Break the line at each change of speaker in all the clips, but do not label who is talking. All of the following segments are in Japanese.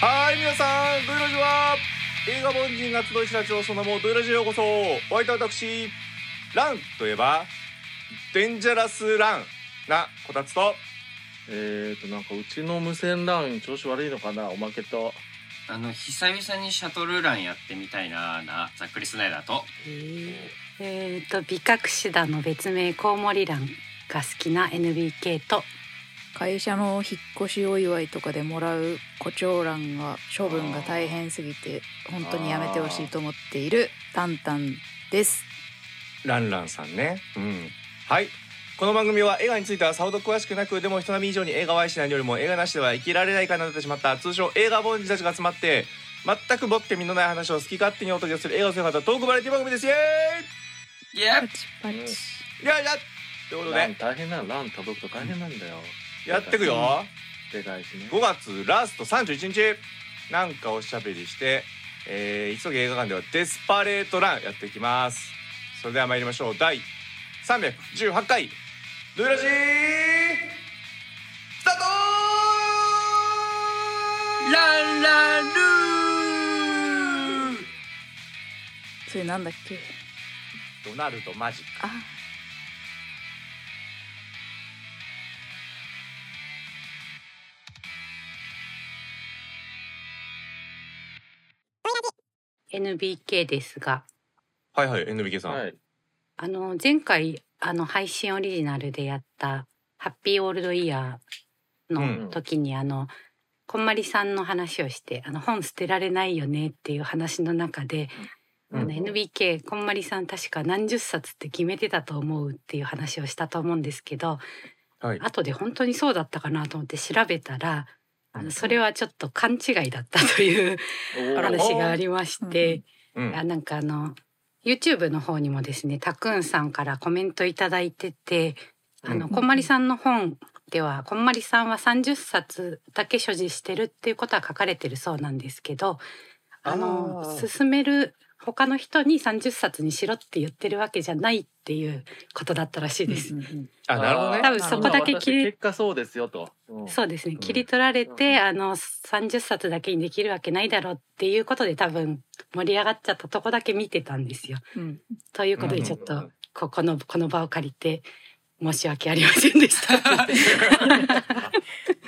はい、皆さん、ドイラジは、映画凡人が集いしラジオそのもドイラジへようこそ。お相手は私、ランといえば、デンジャラスランなこたつと、
えーと、なんかうちの無線 LAN 調子悪いのかなおまけと。
あの久々にシャトルランやってみたいななざっくりスナイダーと
えー、と美隠しだの別名コウモリランが好きな NBK と
会社の引っ越しお祝いとかでもらう胡蝶蘭が処分が大変すぎて本当にやめてほしいと思っているタンタンです
ランランさんね。うん。はい。この番組は映画についてはさほど詳しくなくでも人並み以上に映画を愛しないよりも映画なしでは生きられないかなってしまった通称映画凡人たちが集まって全くボッテ身のない話を好き勝手にお届けする映画をする方トークバラエティ番組ですイエ
イエ
パ
ー
チパチ、
うん
ーイやいやということ
ラン
で
大変な、LAN 届くと大変なんだよ。
やってくよ
でかいしね。
5月ラスト31日なんかおしゃべりして、えー急げ映画館ではデスパレートランやっていきますそれでは参りましょう第318回「ドゥラジー」スタート
イランランルー
それなんだっけ
ドナルドマジ
あ
え NBK ですが
はいはい NBK さん、
はい。
あの前回あの配信オリジナルでやった「ハッピーオールドイヤー」
うん
の時に、あのこんまりさんの話をしてあの本捨てられないよねっていう話の中で、
うん
あの NBK こんまりさん確か何十冊って決めてたと思うっていう話をしたと思うんですけど、
はい
後で本当にそうだったかなと思って調べたらあのそれはちょっと勘違いだったという
お
お
ー
話がありまして、
うん
あなんかあの YouTube の方にもですねたくんさんからコメントいただいててあの、
うん
こんまりさんの本ではこんまりさんは30冊だけ所持してるっていうことは書かれてるそうなんですけどあの
あー
勧める他の人に30冊にしろって言ってるわけじゃないっていうことだったらしいです。
あなるほどね
多分そこだけ切
今
り
私結果そうですよと。うん
そうですね
ん
切り取られて、
うん
あの30冊だけにできるわけないだろうっていうことで多分盛り上がっちゃったとこだけ見てたんですよ。
うん
ということ
う
で
ん
ちょっとここのこの場を借りて申し訳ありません でした。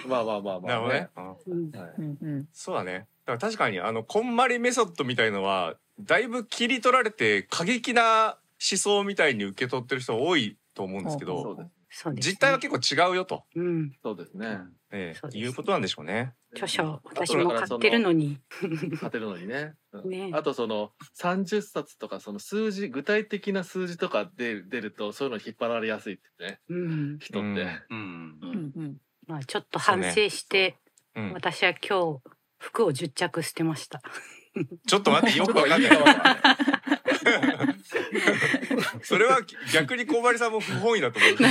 まあまあまあまあ。
なるほどね、うん
うん
はい。
うんうん
そうだねだから確かにあのこんまりメソッドみたいのはだいぶ切り取られて過激な思想みたいに受け取ってる人多いと思うんですけ
ほ
ど
そうです。
そうですね
実態は結構違うよと、
うん、
そうですね。
ええ
そうです
いうことなんでしょうね。
著書を私も買ってるのに、
勝てるのにね。うん
ね
あとその30冊とかその数字具体的な数字とか出る出るとそういうの引っ張られやすいってね
うん、
人っ
うん
うん
て、
うんうん
まあちょっと反省して、
うん、
私は今日服を10着捨てました。
ちょっと待ってよくわかん ない。それは逆に小針さんも不本意だと思う。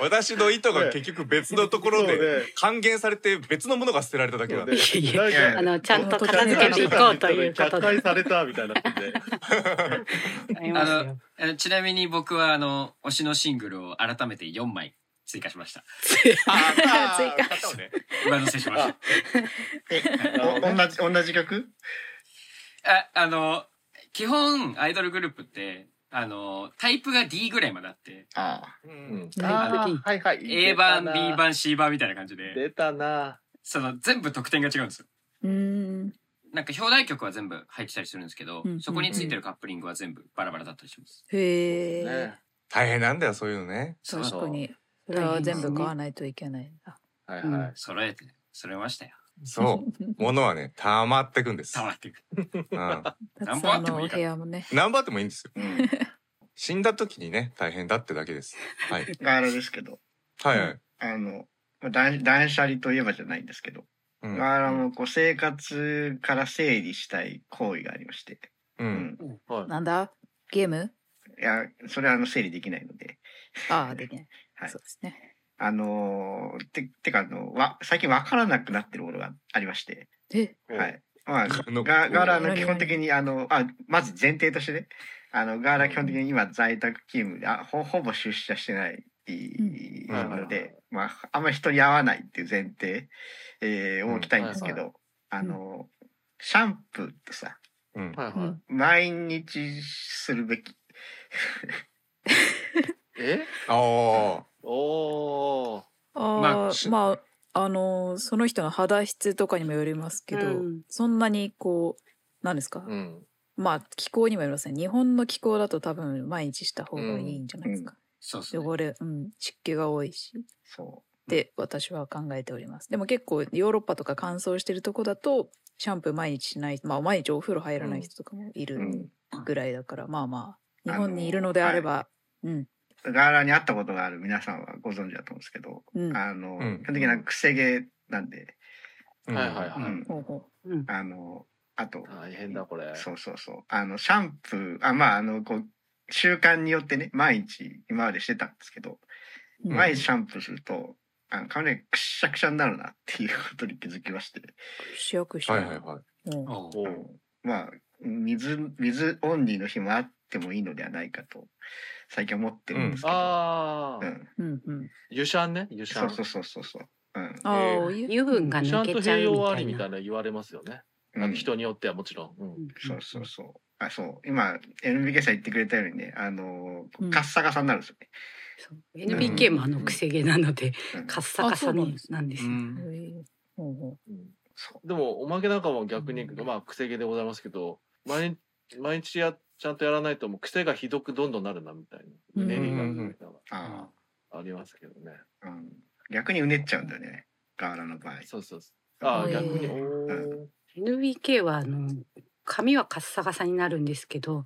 私の意図が結局別のところで還元されて別のものが捨てられただけだ。
そう
いえいえ
なんか
あのちゃんと片付けていこうということ
客
で
観されたみたいに なってて
ありますよ。
えちなみに僕はあの推しのシングルを改めて4枚追加しました
ああ
追加
買ったのね
上乗せしました
お同じ同じ曲
ああの基本アイドルグループってあのタイプが D ぐらいまであって
あ
う
うんん
タイプ D
はいはい
A 版 B 版 C 版みたいな感じで
出たな
その全部得点が違うんですよ
うん
なんか表題曲は全部入ってたりするんですけど、
うん
そこについてるカップリングは全部バラバラだったりします。
へえ
ね
大変なんだよそういうのね。
そうそう
確かにそれは全
大変です
部
ね
買わないといけないんだ
はい
うん
はい
揃えて、揃えましたよ。
そう ものはね溜まってくんです
た。まっていく。
うん、
タツさんのお部屋もね
何番でもいいんですよ。
うん
死んだ時にね大変だってだけです。はい
があれですけど
はいはい。
あのまあ断断捨離といえばじゃないんですけど、
うん
まああのこう生活から整理したい行為がありまして、
う、
うん
はい
なんだゲーム
いやそれはあの整理できないので
ああできない、
はい
そうですね
あのーててかあのわ最近わからなくなってるものがありまして、
え
はいまあ、
あの
ガガーラ
何
の基本的にあのあまず前提としてねあのガーラ基本的に今在宅勤務であほほぼ出社してないティなの
うんはい
で、まあ、あんまり人に合わないっていう前提、えー、を置きたいんですけど、あの、シャンプーってさ、
うん
はいはい。
うん
毎日するべき。
え
あ
おー。
あ
し
ーまああのーその人の肌質とかにもよりますけど、
うん
そんなにこうなんですか、
うん。
まあ気候にもよりますね日本の気候だと多分毎日した方がいいんじゃないですか、
そうですね。
汚れ、うん、湿気が多いし
そ。
って私は考えておりますでも結構ヨーロッパとか乾燥してるとこだとシャンプー毎日しないまあ毎日お風呂入らない人とかもいうる
うん。
ぐらいだから、まあまあ
あ
日
の
本にいるのであれば、うん
ガーラに会ったことがある皆さんはご存知だと思うんですけど、
うん
あ
う
の、
ん
基本的な癖毛なんで、
あ。
はいはい
うん
は
ほうほ
うん
あの、あと、
い。大変だこれ。
そうそうそう、あの、シャンプー、あ、まあ、あの、こう、習慣によってね、毎日、今までしてたんですけど、
う、うん
毎日シャンプーすると、あの、髪の毛くっしゃくしゃになるなっていうことに気づきまして、
主役者
はいはいはい。
うん
おう
お
あのまあ、水、水オンリーの日もあってもいいのではないかと、最近思ってるんですけど、
あ
う
あ。
ん、
うんうん、
油シャンね。油シャ
そうそう
ン。
そうそうそう、うん
ああ、
えー
お湯
油分が
油シャ
抜
ンと
けちゃ
併用あ
う
り
み
み
たい
たい
な。
な言われますよね。
うん。
人によってはもちろん。うん
そうそうそう。あ、そう。今、エルビケさん言ってくれたようにね、あのー
うん
カッサカサになるんですよね。
そう。NPK もあのくせ毛なので、
うん
カッサカサになんです
う
よ。
ん。
へえほうほう
うん
そう。
でもおまけなんかも逆に、
うん
まあ癖毛でございますけど毎日毎日やちゃんとやらないともう癖がひどくどんどんなるなみたいな
うん
ネリがみたいなの
あ
がありますけどね、
あ、うん。逆にうねっちゃうんだよね。ガーラの場合。
そうそうそうああ
へー
逆におー
NBK はあの髪はカッサカサになるんですけど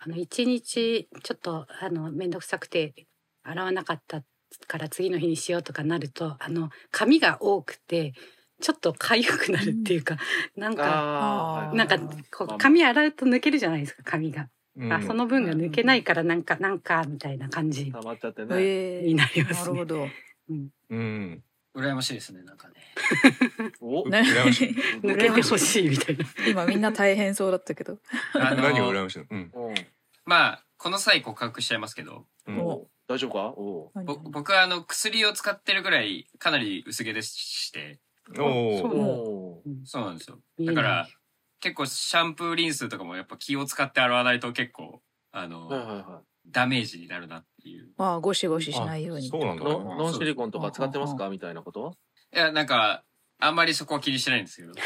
あの一日ちょっとあの面倒くさくて洗わなかったから次の日にしようとかなるとあの髪が多くてちょっと痒くなるっていうか、なんか
あー
なんかこう髪洗うと抜けるじゃないですか髪が、
うん
あその分が抜けないからなんかなんかみたいな感じ
溜まっちゃってね、
へ
に
え
なりま
な
す
る
ね
ほ。ど
うん。
羨ましいですね、な んかね。
お
ね
羨まし
抜けてほしいみたいな。
今みんな大変そうだったけど
あの
何が羨ましいの？うん。
うん
まあ、この際告白しちゃいますけど、
うん
お
大丈夫かお
何
ぼ僕はあの、薬を使ってるぐらい、かなり薄毛でして、
お
ー
ー
そう
おー
そうなんですよ。
いい
だ
ね
から、結構シャンプーリンスとかもやっぱ気を使って洗わないと結構、あの、
はいはいは
ダメージになるなっていう。
まあゴシゴシしないよう
あ
に
そうなん
い
だ。
ノンノンシリコンとか使ってます
う
かみたいなこと
いや、なんか、あんまりそこは気にしてないんですけど。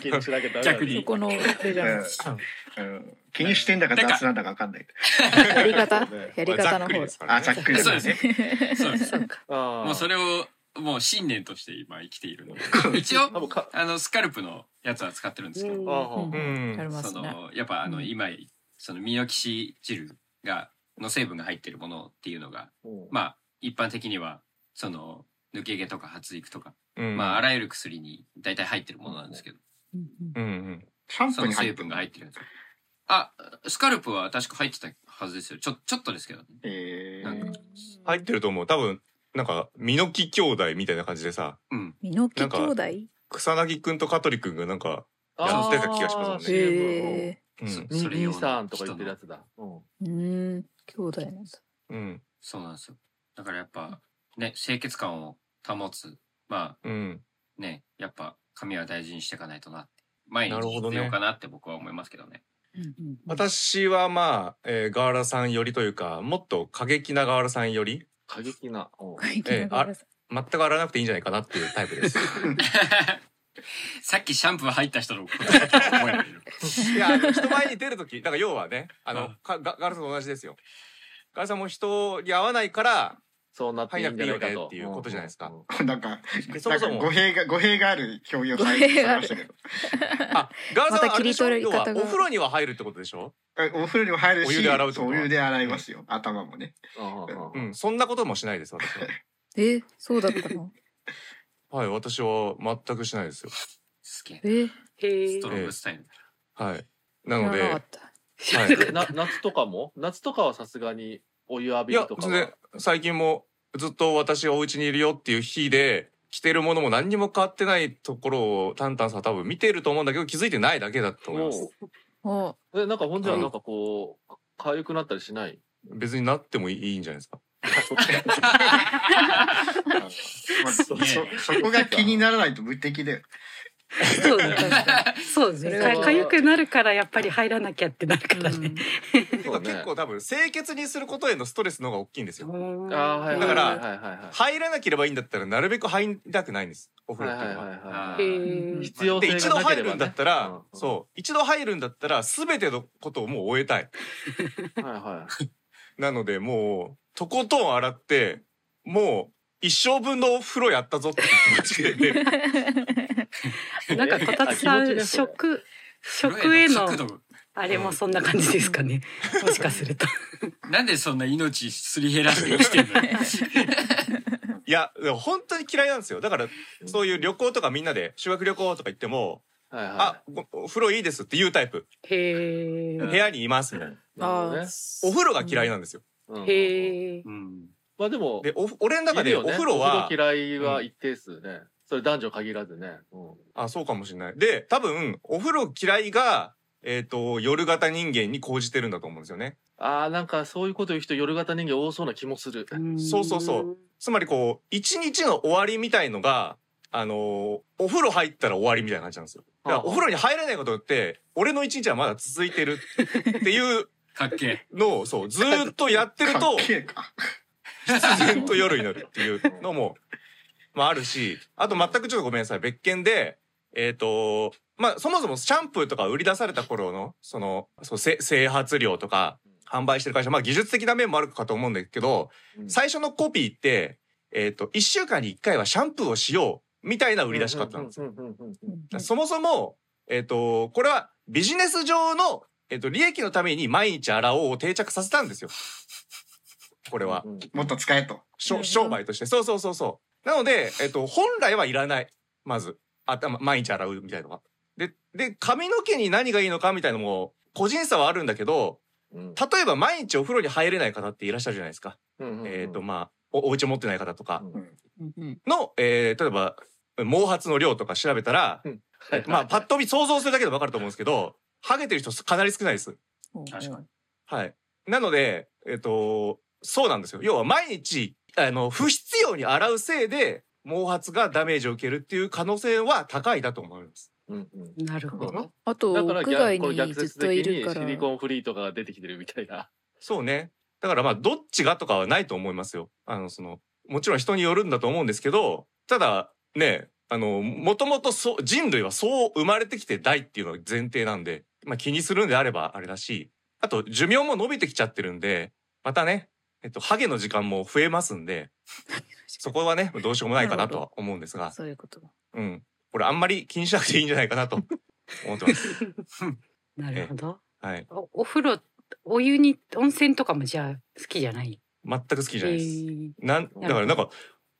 気にしなきゃダメだ
逆に
そこのあれじゃない
うん、気にしてんだか雑なんだかわかんないけ
や り方
ね
やり方の方
まあざっくり
で
です すから
ど。あ、ざっ
ね。
くり
そうで
だね。
そうです。
そうか。
あー
もうそれを、もう信念として今生きているので。 一応、
多分か
あの、スカルプのやつは使ってるんですけど
うん、
あー
うん
うん
やります
そ
ね
の、やっぱあ
う
の、
ん
今、そのミノキシ汁が、の成分が入ってるものっていうのが、
うん
まあ、一般的には、その、抜け毛とか発育とか、
うん
まあ、あらゆる薬に大体入ってるものなんですけど、
うんうん
うんうん。
シャンプ
そ
ー
の
に入
成
って
分
る
が入ってるんですよ。あ、スカルプは確か入ってたはずですよ。ちょ、ちょっとですけどね。
え
なんか
ー、
入ってると思う。多分なんかミノキ兄弟みたいな感じでさ、
うん。
ミノキ兄弟
草薙くんと香取くんがなんかやってた気がしますもんね
へえ
う
そ
ん
ミ
れ用
ニ
の
さんとか言ってるやつだ。うん
うーん兄弟なんだ
うん
そうなんですよ。だからやっぱ、ね、清潔感を保つ。ま
うん
あね、やっぱ髪は大事にしていかないとなって。毎日
なるほどね
必要かなって僕は思いますけどね。
私はまあ、えー、ガーラさん寄りというかもっと過激なガーラさん寄り
過激な。 うん
えあ全く洗わなくていいんじゃないかなっていうタイプです
さっきシャンプー入った人のことだと思えばいいの
いやあの人前に出る時だから要はねあの
うん
かガガーラさんと同じですよガーラさんも人に会わない から
そうなっていいんじゃないか
入んなくていいよねってい
と。
うことじゃないですか
うんうん
なんか、
でそもそも
なんか語弊が、語弊がある表現をさ
語弊
れ
があ
ま
る
したけど。
あガーラさんはあれでしょ
また切り取り
要は
方が
お風呂には入るってことでしょ、
えお風呂にも入るし、
お湯で洗うって
そ
こと
お湯で洗いますよ。頭もね。
うんうん
う
うん
ん、そんなこともしないです私は
えそうだったの
はい私は全くしないですよ
すげえ。
え
へえ
スト。ロングスタイル。
はいな
知
の
ら
で
なかった
知らなかっ
えな夏とかも夏とかはさすがにお湯浴
い
びる
や
とか
全
は。
然最近もずっと私お家にいるよっていう日で着てるものも何にも変わってないところをタンタンさんは多分見てると思うんだけど気づいてないだけだと思います。
も
あ
うえなんか本当は
うん
なんかこうか痒くなったりしない。
別になってもいいんじゃないですか。
まあそ
ね
そそこが気にならないと無敵だよ。
そうね確かにそうですね
それ
か
は
かゆくなるからやっぱり入らなきゃってなるからね、
ていうか結構多分清潔にすることへのストレスの方が大きいんですよ。
あーはい
だから
はいはいはいは
入らなければいいんだったらなるべく入りたくないんです。お風
い
呂
は
っ
い
て
はいい
の
う
は。
は
へ
い
ー
うん
必要
で
性
一
が
度
なけ
入
れ
る
ば
んだ
ね
ったら、
うんうん
そう一度入るんだったら全てのことをもう終えたい
はいは
なのでもうとことん洗ってもう一生分のお風呂やったぞっていう気持ちで、ね、
なんかこたつさ
あ気持ち
ん
ねそれ
食食への
角度
あれもそんな感じですかね、もしかすると
なんでそんな命すり減ら して生きてるの
いやでも本当に嫌いなんですよだから そういう旅行とかみんなで修学旅行とか行っても
いは
「
いは
あごお風呂いいです」って言うタイプ
へ
「
え
部屋にいます」みたいな、
いなるほどね
お風呂が嫌いなんですよ
うん
へえ
うん
まあでも
でお俺の中
い
で
る
お
よね
風呂は
お風呂嫌いは一定数ねそれ男女限らずねうん
あそうかもしれないで多分お風呂嫌いがえっ、と夜型人間に講じてるんだと思うんですよね
あーなんかそういうこと言う人夜型人間多そうな気もする
そうそうそうつまりこう一日の終わりみたいのがあのーお風呂入ったら終わりみたいな感じなんですよだから
はあ
お風呂に入らないことによって俺の一日はまだ続いてるっていう
かっけえ
のをそうずーっとやってる
かっ
と
けえか。
自然と夜になるっていうのも、まあ、あるしあと全くちょっとごめんなさい別件でえっ、とまあそもそもシャンプーとか売り出された頃のそのそうせ整髪料とか販売してる会社まあ技術的な面もあるかと思うんですけど
うん
最初のコピーって、えー、と1週間に1回はシャンプーをしようみたいな売り出し方なんですよ。
うんうんうんう
だ
ん
からそもそも、えっとこれはビジネス上の、えっと利益のために毎日洗おうを定着させたんですよ。これは
うんうん
もっと使えと。
しょ
うん
商売としてそうそうそうそうなので、えっと、本来はいらないまず頭毎日洗うみたいなのがでで髪の毛に何がいいのかみたいなのも個人差はあるんだけど
うん
例えば毎日お風呂に入れない方っていらっしゃるじゃないですか、
うんうんうん
えっ、とまあおお家を持ってない方とか
うんうん
の、えー例えば毛髪の量とか調べたら、
はい
まあパッと見想像するだけで分かると思うんですけどハゲてる人かなり少ないです
うん
確かに
はい。なので、えっと、そうなんですよ。要は毎日、あの、不必要に洗うせいで、毛髪がダメージを受けるっていう可能性は高いだと思います。
うんうん
なるほど
あと
だから
屋
逆
外
これ
に
逆
ずっ
説
とい
的
る
に
か
シ
ら
リコンフリーとかが出てきてるみたいな。
そうね。だからまあ、どっちがとかはないと思いますよ。あの、その、もちろん人によるんだと思うんですけど、ただ、ね、あの、もともとそう、人類はそう生まれてきてないっていうのが前提なんで、まあ気にするんであればあれだし、あと寿命も伸びてきちゃってるんで、またね、えっと、ハゲの時間も増えますん で、そこはね、どうしようもないかなとは思うんですが、
そういうことだ
うん。これあんまり気にしなくていいんじゃないかなと思ってます。
なるほど
はい。
おお風呂お湯に温泉とかもじゃあ好きじゃない
全く好きじゃない です。
へー
なんだからなんか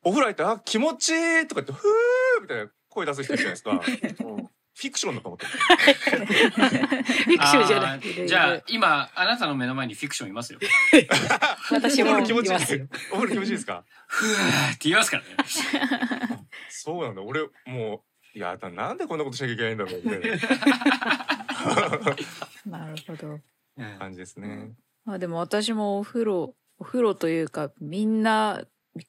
お風呂入ったらあ「気持ちいい」とか言って「ふー」みたいな声出す人いるじゃないですかフィクションだと思ってる
フィクションじゃない
い
じゃあ今あなたの目の前にフィクションいますよ
私も
お風呂 気持
い
ちいい
ますよ
お風呂気持ちいいですか
ふーって言います からね
そうなんだ俺もういやだなんでこんなことしなきゃいけないんだろうみたいな
なるほど
うん
感じですね
まあでも私もお風呂お風呂というかみんな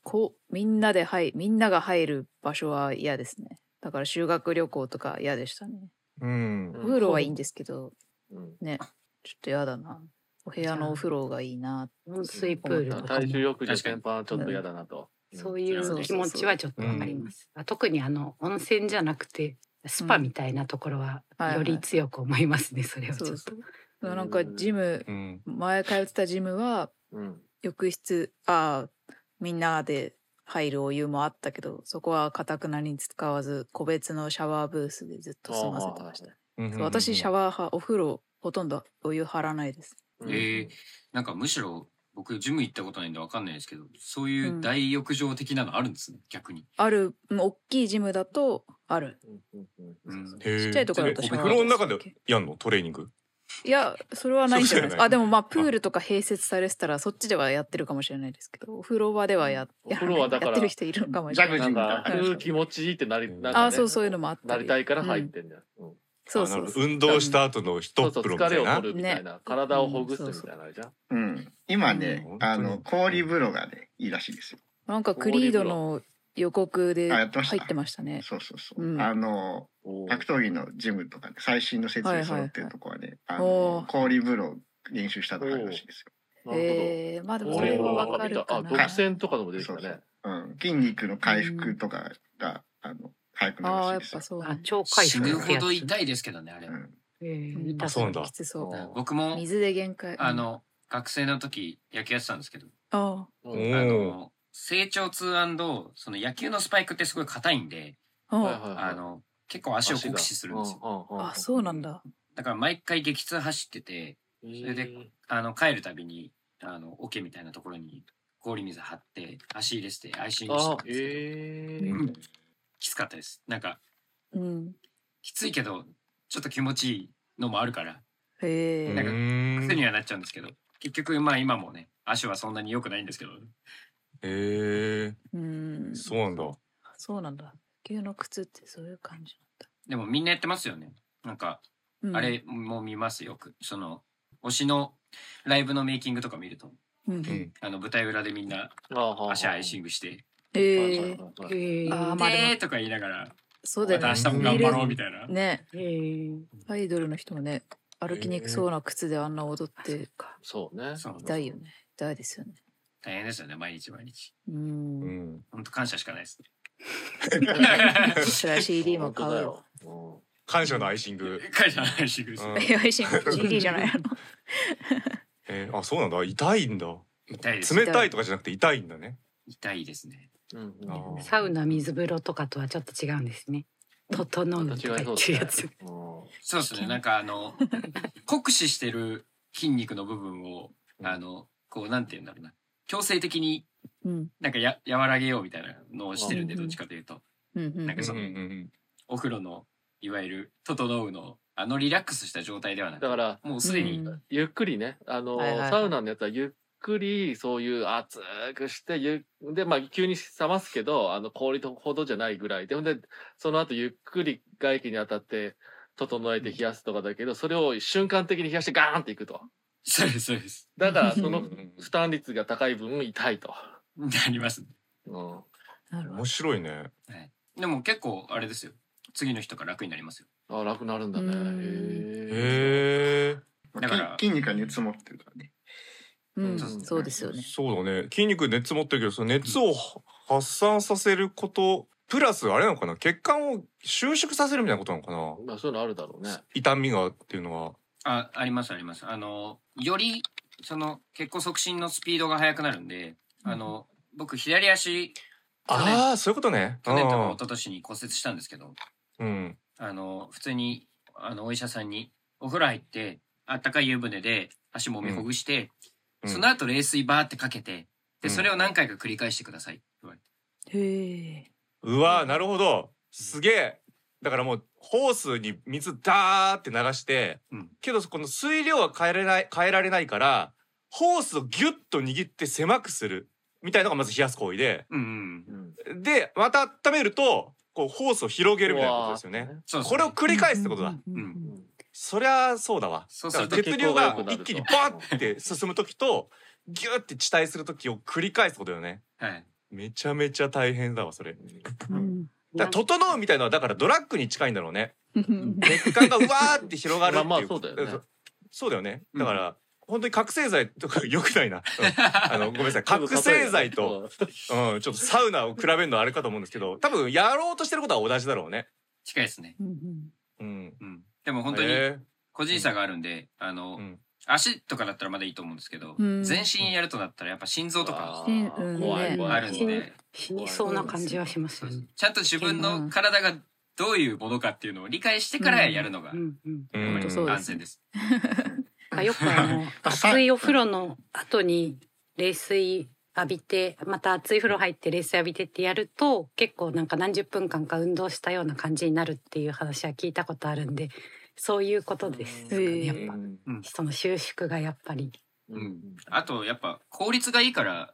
こうみんなで入みんなが入る場所は嫌ですねだから修学旅行とか嫌でしたね
うん
お風呂はいいんですけど
うん
ねちょっと嫌だなお部屋のお風呂がいいな
温水プールとか
大
も
衆浴場全般ちょっと嫌だなと。
そうういう気持ちはちょっとわかります。あ特にあの温泉じゃなくてスパみたいなところは
うんはいはい
より強く思いますね。それはち
そ
ょ
う
っ
そ
と。
うん
なんかジム
うん
前通ってたジムは
うん。
浴室あーみんなで入るお湯もあったけどそこはかたくなに使わず個別のシャワーブースでずっと済ませてました
うん
そう私シャワー派お風呂ほとんどお湯張らないです
えーなんかむしろ僕ジム行ったことないんでわかんないですけどそういう大浴場的なのあるんですね逆に
あるうん大きいジムだとある
うん
へー
ちっちゃいところだと
え
シ
お
ャワー
風呂の中でやんのトレーニング
いやそれはないんじゃないです
そうじゃない
かあでもまあプールとか併設されてたらそっちではやってるかもしれないですけどお風呂場ではや
お風呂はだ
や
から
ってる人いるのかもしれない
ジャ
な
グジ
んか
ー
うん
風気持ちいいってなりなんかね
あそうそういうのもあった
な
り
りたいから入ってんだよ。うん
そう
あ
そ
な
う
る
そ
ほ
う
ど運動した後の一
そう
プ
そ
ロ
う
みた
疲れ
い
を
な
取るみたいな体をほぐすみたいなのあるじゃん。
うん。今ね、
うん
あ
本
の
当に
氷風呂がねいいらしいですよ。
なんかクリードの予告で
あやってました
入ってましたね。
そうそうそう。
うん
あの
おー
格闘技のジムとか、ね、最新の設備揃ってるとこはね、あの
おー
氷風呂練習したとかあるらしいです
なる
えー、まあで
ほ
も
ど。
それはわか
見た
るか
あ、独
な。
占とかでも出てきた
そうそ
ね。
よ。うん、筋肉の回復とかが、あの早くなる
ああー、や
ら
っ
しい
ぱ
です
そ
よ。
う、
あ
ね。
超回
死
復
ぬ
って
ほ
や
ど
つ。
痛いですけどね、あれ
う。ん
えー
うん
見た
あそうなんだ
きつそう。
うん
僕も、
水で限界。
あの、学生の時、野球やってたんですけど、
うん。あ
う
お
あ
ん
ー
の、成長痛その野球のスパイクってすごい硬いんで、
あ、うん
はいはいはい
あの、結構足を酷使するんですよ。。
あ、そうなんだ。
だから毎回激痛走ってて、
うん。
それであの、帰るたびに、あの、桶みたいなところに氷水張って、足入れして、アイシングして
あ
たん、ですけど、
え
う
ー
ん。きつかったです。なんか、
うん。
きついけど、ちょっと気持ちいいのもあるから、
へ
う
え。
なんか
ん
癖にはなっちゃうんですけど、結局、まあ今もね、足はそんなに良くないんですけど、
え
うん
ー、。そうなんだ。
そうなんだ。野球の靴ってそういう感じ
でもみんなやってますよね。なんか、
なんだ。うん、
あれも見ますよく。その、推しのライブのメイキングとか見ると、
うん、
うん
あの、舞台裏でみんな足アイシングして、
ええ
えー
あーまあで
で
も
ーとか言いながら、
そうだ
ま
よ
た明
ね。
日も頑張ろうみたいな。
ね、
えー
アイドルの人もね、歩きにくそうな靴であんな踊
あ
っ、
そってか。
そうね。
そう
痛いよね。痛いですよね。
大変ですよね、毎日毎日。
う。
うんん。
本当感謝しかないです。
そしたら CD も買うよ。
本当だよ。
感謝のアイシング。
感謝のアイシングです。
うん
いや、配信 CD じゃないの。
えー、あ、そうなんだ。痛いんだ。
痛いです。
冷たいとかじゃなくて痛いんだね。
痛いですね。
うん
あー
サウナ水風呂とかとはちょっと違うんですね。整うとか言ってるやつ。
そうですね、なんかあ の、酷使してる筋肉の部分を、あの、こう、なんて言うんだろうな。強制的に
うん。
なんかや、和らげようみたいなのをしてるんで、
うん
どっちかというと。
うんう
なん
ん
か。その、お風呂の、いわゆる、整うの、あのリラックスした状態ではなく
だから、
もうすでに、
うん
ゆっくりね、あの、
はいはいはい
サウナのやつはゆっくり、そういう熱くして、ゆで、まあ、急に冷ますけど、あの、氷ほどじゃないぐらい。で、ほんで、その後ゆっくり外気に当たって、整えて冷やすとかだけど、それを瞬間的に冷やしてガーンっていくと。
そうです、そうです。
だから、
うん
その負担率が高い分痛いと。
なります。
うん。
なるほ
面白いね。
でも結構、あれですよ。次の日とか楽になりますよ。
あ、楽になるんだね。
うん
へえ。
へ
ま
だか
あ
ら
筋筋肉が熱持ってるからね。
ど。う
うん
ん、
そう
そうですよ
え。
ね。
そうだね。筋肉熱持ってるけど、その熱を発散させること。プラスあれなのかな血管を収縮させるみたいなことなのかな、
まあ、そういうのあるだろうね。
痛みがっていうのは
あ、あります、あります。あの、より、その、血行促進のスピードが速くなるんで、あの、僕、左足、去年
ああーそういうことね
去年とか
あ
一昨年に骨折したんですけど、
ーうん
あの、普通に、あの、お医者さんに、お風呂入って、あったかい湯船で足もみほぐして、
うん
その後冷水バーってかけて、
う
で、
ん
それを何回か繰り返してくださいって言われて。
へえ。
うわーなるほどすげえだからもうホースに水ダーって流して
うん。
けどこの水量は変えられない変えられないからホースをギュッと握って狭くするみたいなのがまず冷やす行為で
うんうん
う。ん。
でまた温めるとこうホースを広げるみたいなことですよ
う
ね
わー。
そうそう
これを繰り返すってことだ、
うんうん
う
うん
ん
そりゃそうだわ
そう
だ
す
から
る
血
と
流が
血行が良くなる
一
と
気にバーって進む時とギューって遅滞する時を繰り返すことだよね
はい。
めちゃめちゃ大変だわそれ
うんうん
だから整うみたいのはだからドラッグに近いんだろうね
うん
血管がうわーって広がるっていう
まあまあそうだよね
そそうだよねだから、本当に覚醒剤とか良くないな、うんあのごめんなさい覚醒剤と、。うん、ちょっとサウナを比べるのはあれかと思うんですけど多分やろうとしてることは同じだろうね
近いですね。
うん
うん
うん。でも本当に
へ
個人差があるんで、あ
ー
の、
うん
足とかだったらまだいいと思うんですけど、
うん
全身やるとなったらやっぱ心臓とか
うんうん
怖い怖
あ
い。
るんで、
死にそうな感じはします
そう
よ
そう
ね。
ちゃんと自分の体がどういうものかっていうのを理解してからやるのが
うんうん。
う
本当そうです
安全です。
あよく あの熱いお風呂の後に冷水浴びてまた熱い風呂入って冷水浴びてってやると結構なんか何十分間か運動したような感じになるっていう話は聞いたことあるんでそういうことですか
うん
ねやっぱ
う
その収縮がやっぱり
ん。
あとやっぱ効率がいいから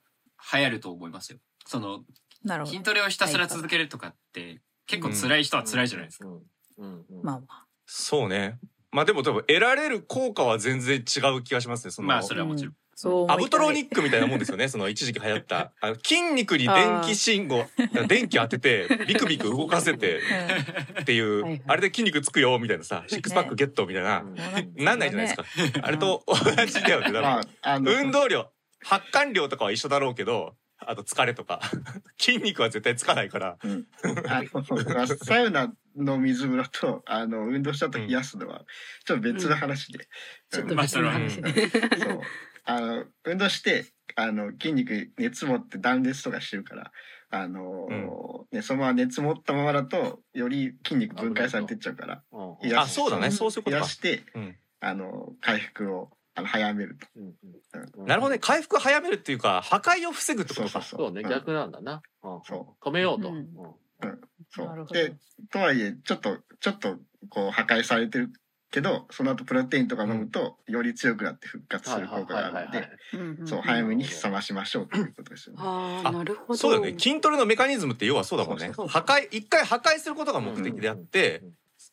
流行ると思いますよ。その
なるほど
筋。トレをひたすら続けるとかって結構辛い人は辛いじゃないですか。
か。うん。
まあまあ。
そうねまあでも多分得られる効果は全然違う気がしますねその
まあそれはもちろん。
そう思いた
ア
い
ブトロニックみたいなもんですよね。その一時期流行った。あの筋肉に電気信号、電気当てて、ビクビク動かせてっていう、
はいはい
あれで筋肉つくよみたいなさ、シックスパックゲットみたいな、
うん
なんないじゃないですか。あれと同じだよね。多分
まあ、あの、
運動量、発汗量とかは一緒だろうけど、あと疲れとか、 筋肉は絶対つかないから。
あの、サウナの水風呂と、あの、運動したと冷やすのは、ちょっと別の話で。
ちょっと
うん
別の話で。
そう。あの、運動して、あの、筋肉熱持って断裂とかしてるから、あの、ね、そのまま熱持ったままだと、より筋肉分解されてっちゃうから、
うん
いや
あ、そうだね。そうそういうこ
冷
と
や
か。
して、
うん
あの、回復を、あの、早めると。
うんうん
なるほどね。回復早めるっていうか、破壊を防ぐってことか。
そうね、
ん
逆なんだな。うん
そ
止めようと。
う
うんん
そう
なるほど
でとはいえちょっとちょっとこう破壊されてるけどその後プロテインとか飲むと、より強くなって復活する効果があるので
うんうん
そう早めに冷ましましょうということですよね。
あ
あ
あ、なるほど。
そうだよね。筋トレのメカニズムって要はそうだもんね。
そうそうそう
破壊、一回破壊することが目的であって、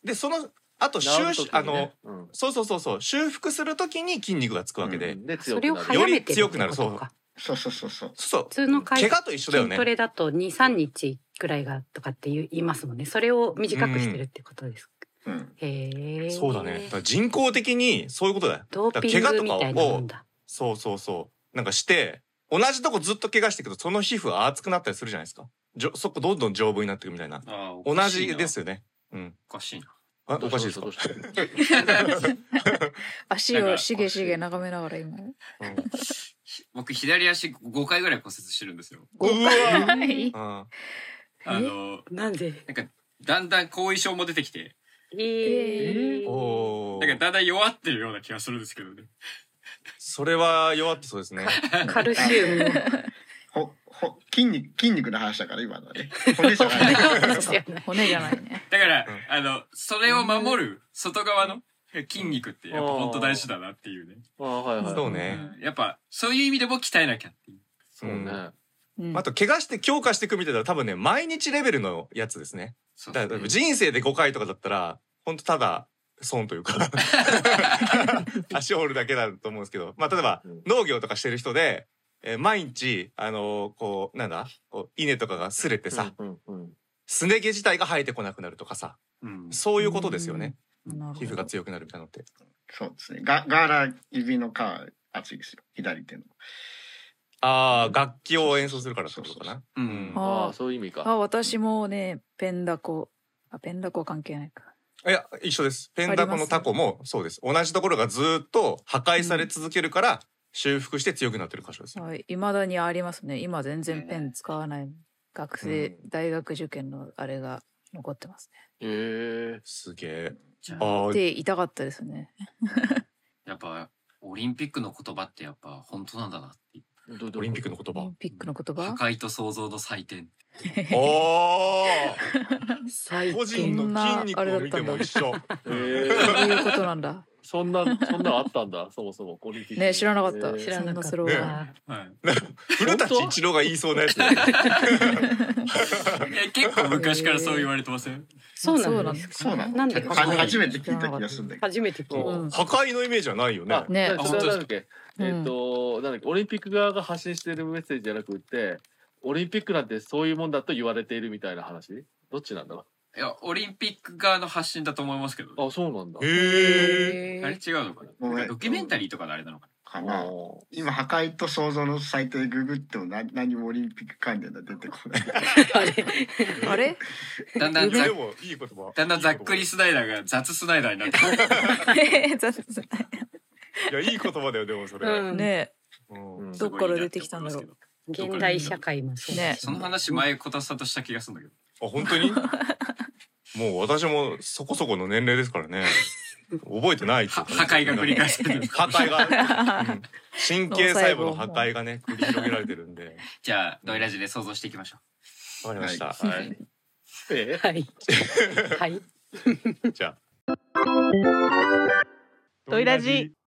で、その後、
治
修
る
復
時、にね
あの、
うん
そうそうそうそう、修復するときに筋肉がつくわけで、
う
で強
そ
く
れを
なる
よ
早めて
り強くなる
ってことか
そうそうそうそう。
そう
普通の
そう、
回
怪我と一緒だよ
筋ト
ね。
レだと2、3日くらいがとかって言いますもんね。それを短くしてるってことですか。
うん。
へえ。
そうだね。だから人工的にそういうことだよ。
ドーピングみたいなもんだ。
そうそうそう。なんかして、同じとこずっと怪我していくと、その皮膚は熱くなったりするじゃないですか。じょそこどんどん丈夫になっていくみたいな。
あー
同
おかしいな
じですよね。うん。
おかし いな。
あ、
ど
お
う
かしい
し
で
よ
す
う
か
どう。しよう
足をしげしげ眺めながら今
うん
僕、左足5回ぐらい骨折してるんですよ。
うわ
はい
あ
あの、
なんで
だんだん後遺症も出てきて、
え
ー
え。
お
なんか
ー
だんだん弱ってるような気がするんですけどね。
それは弱ってそうですね。
カルシウムを。
ほほ筋肉筋肉の話だから今のは ね。骨じゃない。
そう
骨じゃないね
だから
うん、
あの、それを守る外側の筋肉ってやっぱ本当大事だなっていうね。
あーはい はい。
そうね。
やっぱ、そういう意味でも鍛えなきゃっていう。
そうね。
うん
あと怪我して強化していくみたいな多分ね毎日レベルのやつですね。
そう
だから人生で5回とかだったら本当ただ損という か足折るだけだと思うんですけど、まあ例えば
うん
農業とかしてる人で、えー毎日あのーこうなんだこう稲とかが擦れてさ、
うんうんうん
すね毛自体が生えてこなくなるとかさ、
うん
そういうことですよね。
なるほ
皮
ど
膚が強くなるみたいなのって。
そうですね。ガガーラ指の皮熱いですよ。左手の。
ああ楽器を演奏するからってことかな。
うん
あ
ああ、そういう意味
あ
か。
私もねペンダコあペンダコは関係ないか
いや一緒ですペンダコのタコもそうです同じところがずーっと破壊され続けるから修復して強くなってる箇所です、
はい未だにありますね今全然ペン使わない学生大学受験のあれが残ってますね
へえ。
すげえ
じゃ
あ
あ
ー
で痛かったですね
やっぱ、オリンピックの言葉ってやっぱ本当なんだなっていう。
どうど
オ
う
リンピックの
オリ
言
ンピックの言
破
葉
壊と創造の祭典。
葉お
最
お個人
近。
の筋肉を見ても一緒
へ
どう
え
いうことなんだ
そんな、そんなのあったんだ、そもそも。オリンピック
ね知らなかった
へー
知らなかっ
そんなスロ
ー
た。
はい。
古舘一郎が言いそうなやつだよね
いや結構昔からそう言われてません。
そうなんですか。
そうなの。
なんで
は
かわかんない
初めて聞いた気がするんだけど。
初めて聞い
も
た。
う破壊のイメージはないよね
あ
ね
だからそれはなんだっけ、
うん
えっ、と、なんだっけ、オリンピック側が発信しているメッセージじゃなくて、オリンピックなんてそういうもんだと言われているみたいな話どっちなんだろ
いや、オリンピック側の発信だと思いますけど。
うあ、そうなんだ。
へえ
あれ違うのか
ご
な
めん
なんかドキュメンタリーとかのあれなのか
か
お
な。
ー
今破壊と創造のサイトでググっても何何もオリンピック関連が出てこない。
あれ
あれ
なだんだんざ
で
っ、
もいい言葉
だんだんざっくりスナイダーが雑スナイダーになってる。
雑雑
いやいい言葉だよでもそれ、
うん
ね
うん
うん
どっから出てきたんだろう
すごいなって思いますけど。
現代社会もそうだし
その話前小田さんとした気がするんだけど。
あ本当にもう私もそこそこの年齢ですからね覚えてないってい
は
うか
破壊が繰り返されてる。
破壊が、うん神経細胞の破壊がね繰り広げられてるんで
じゃあ、ドイラジで想像していきましょ
わかりました、
はい。え
はい。はい。
じゃあ
ドイラジ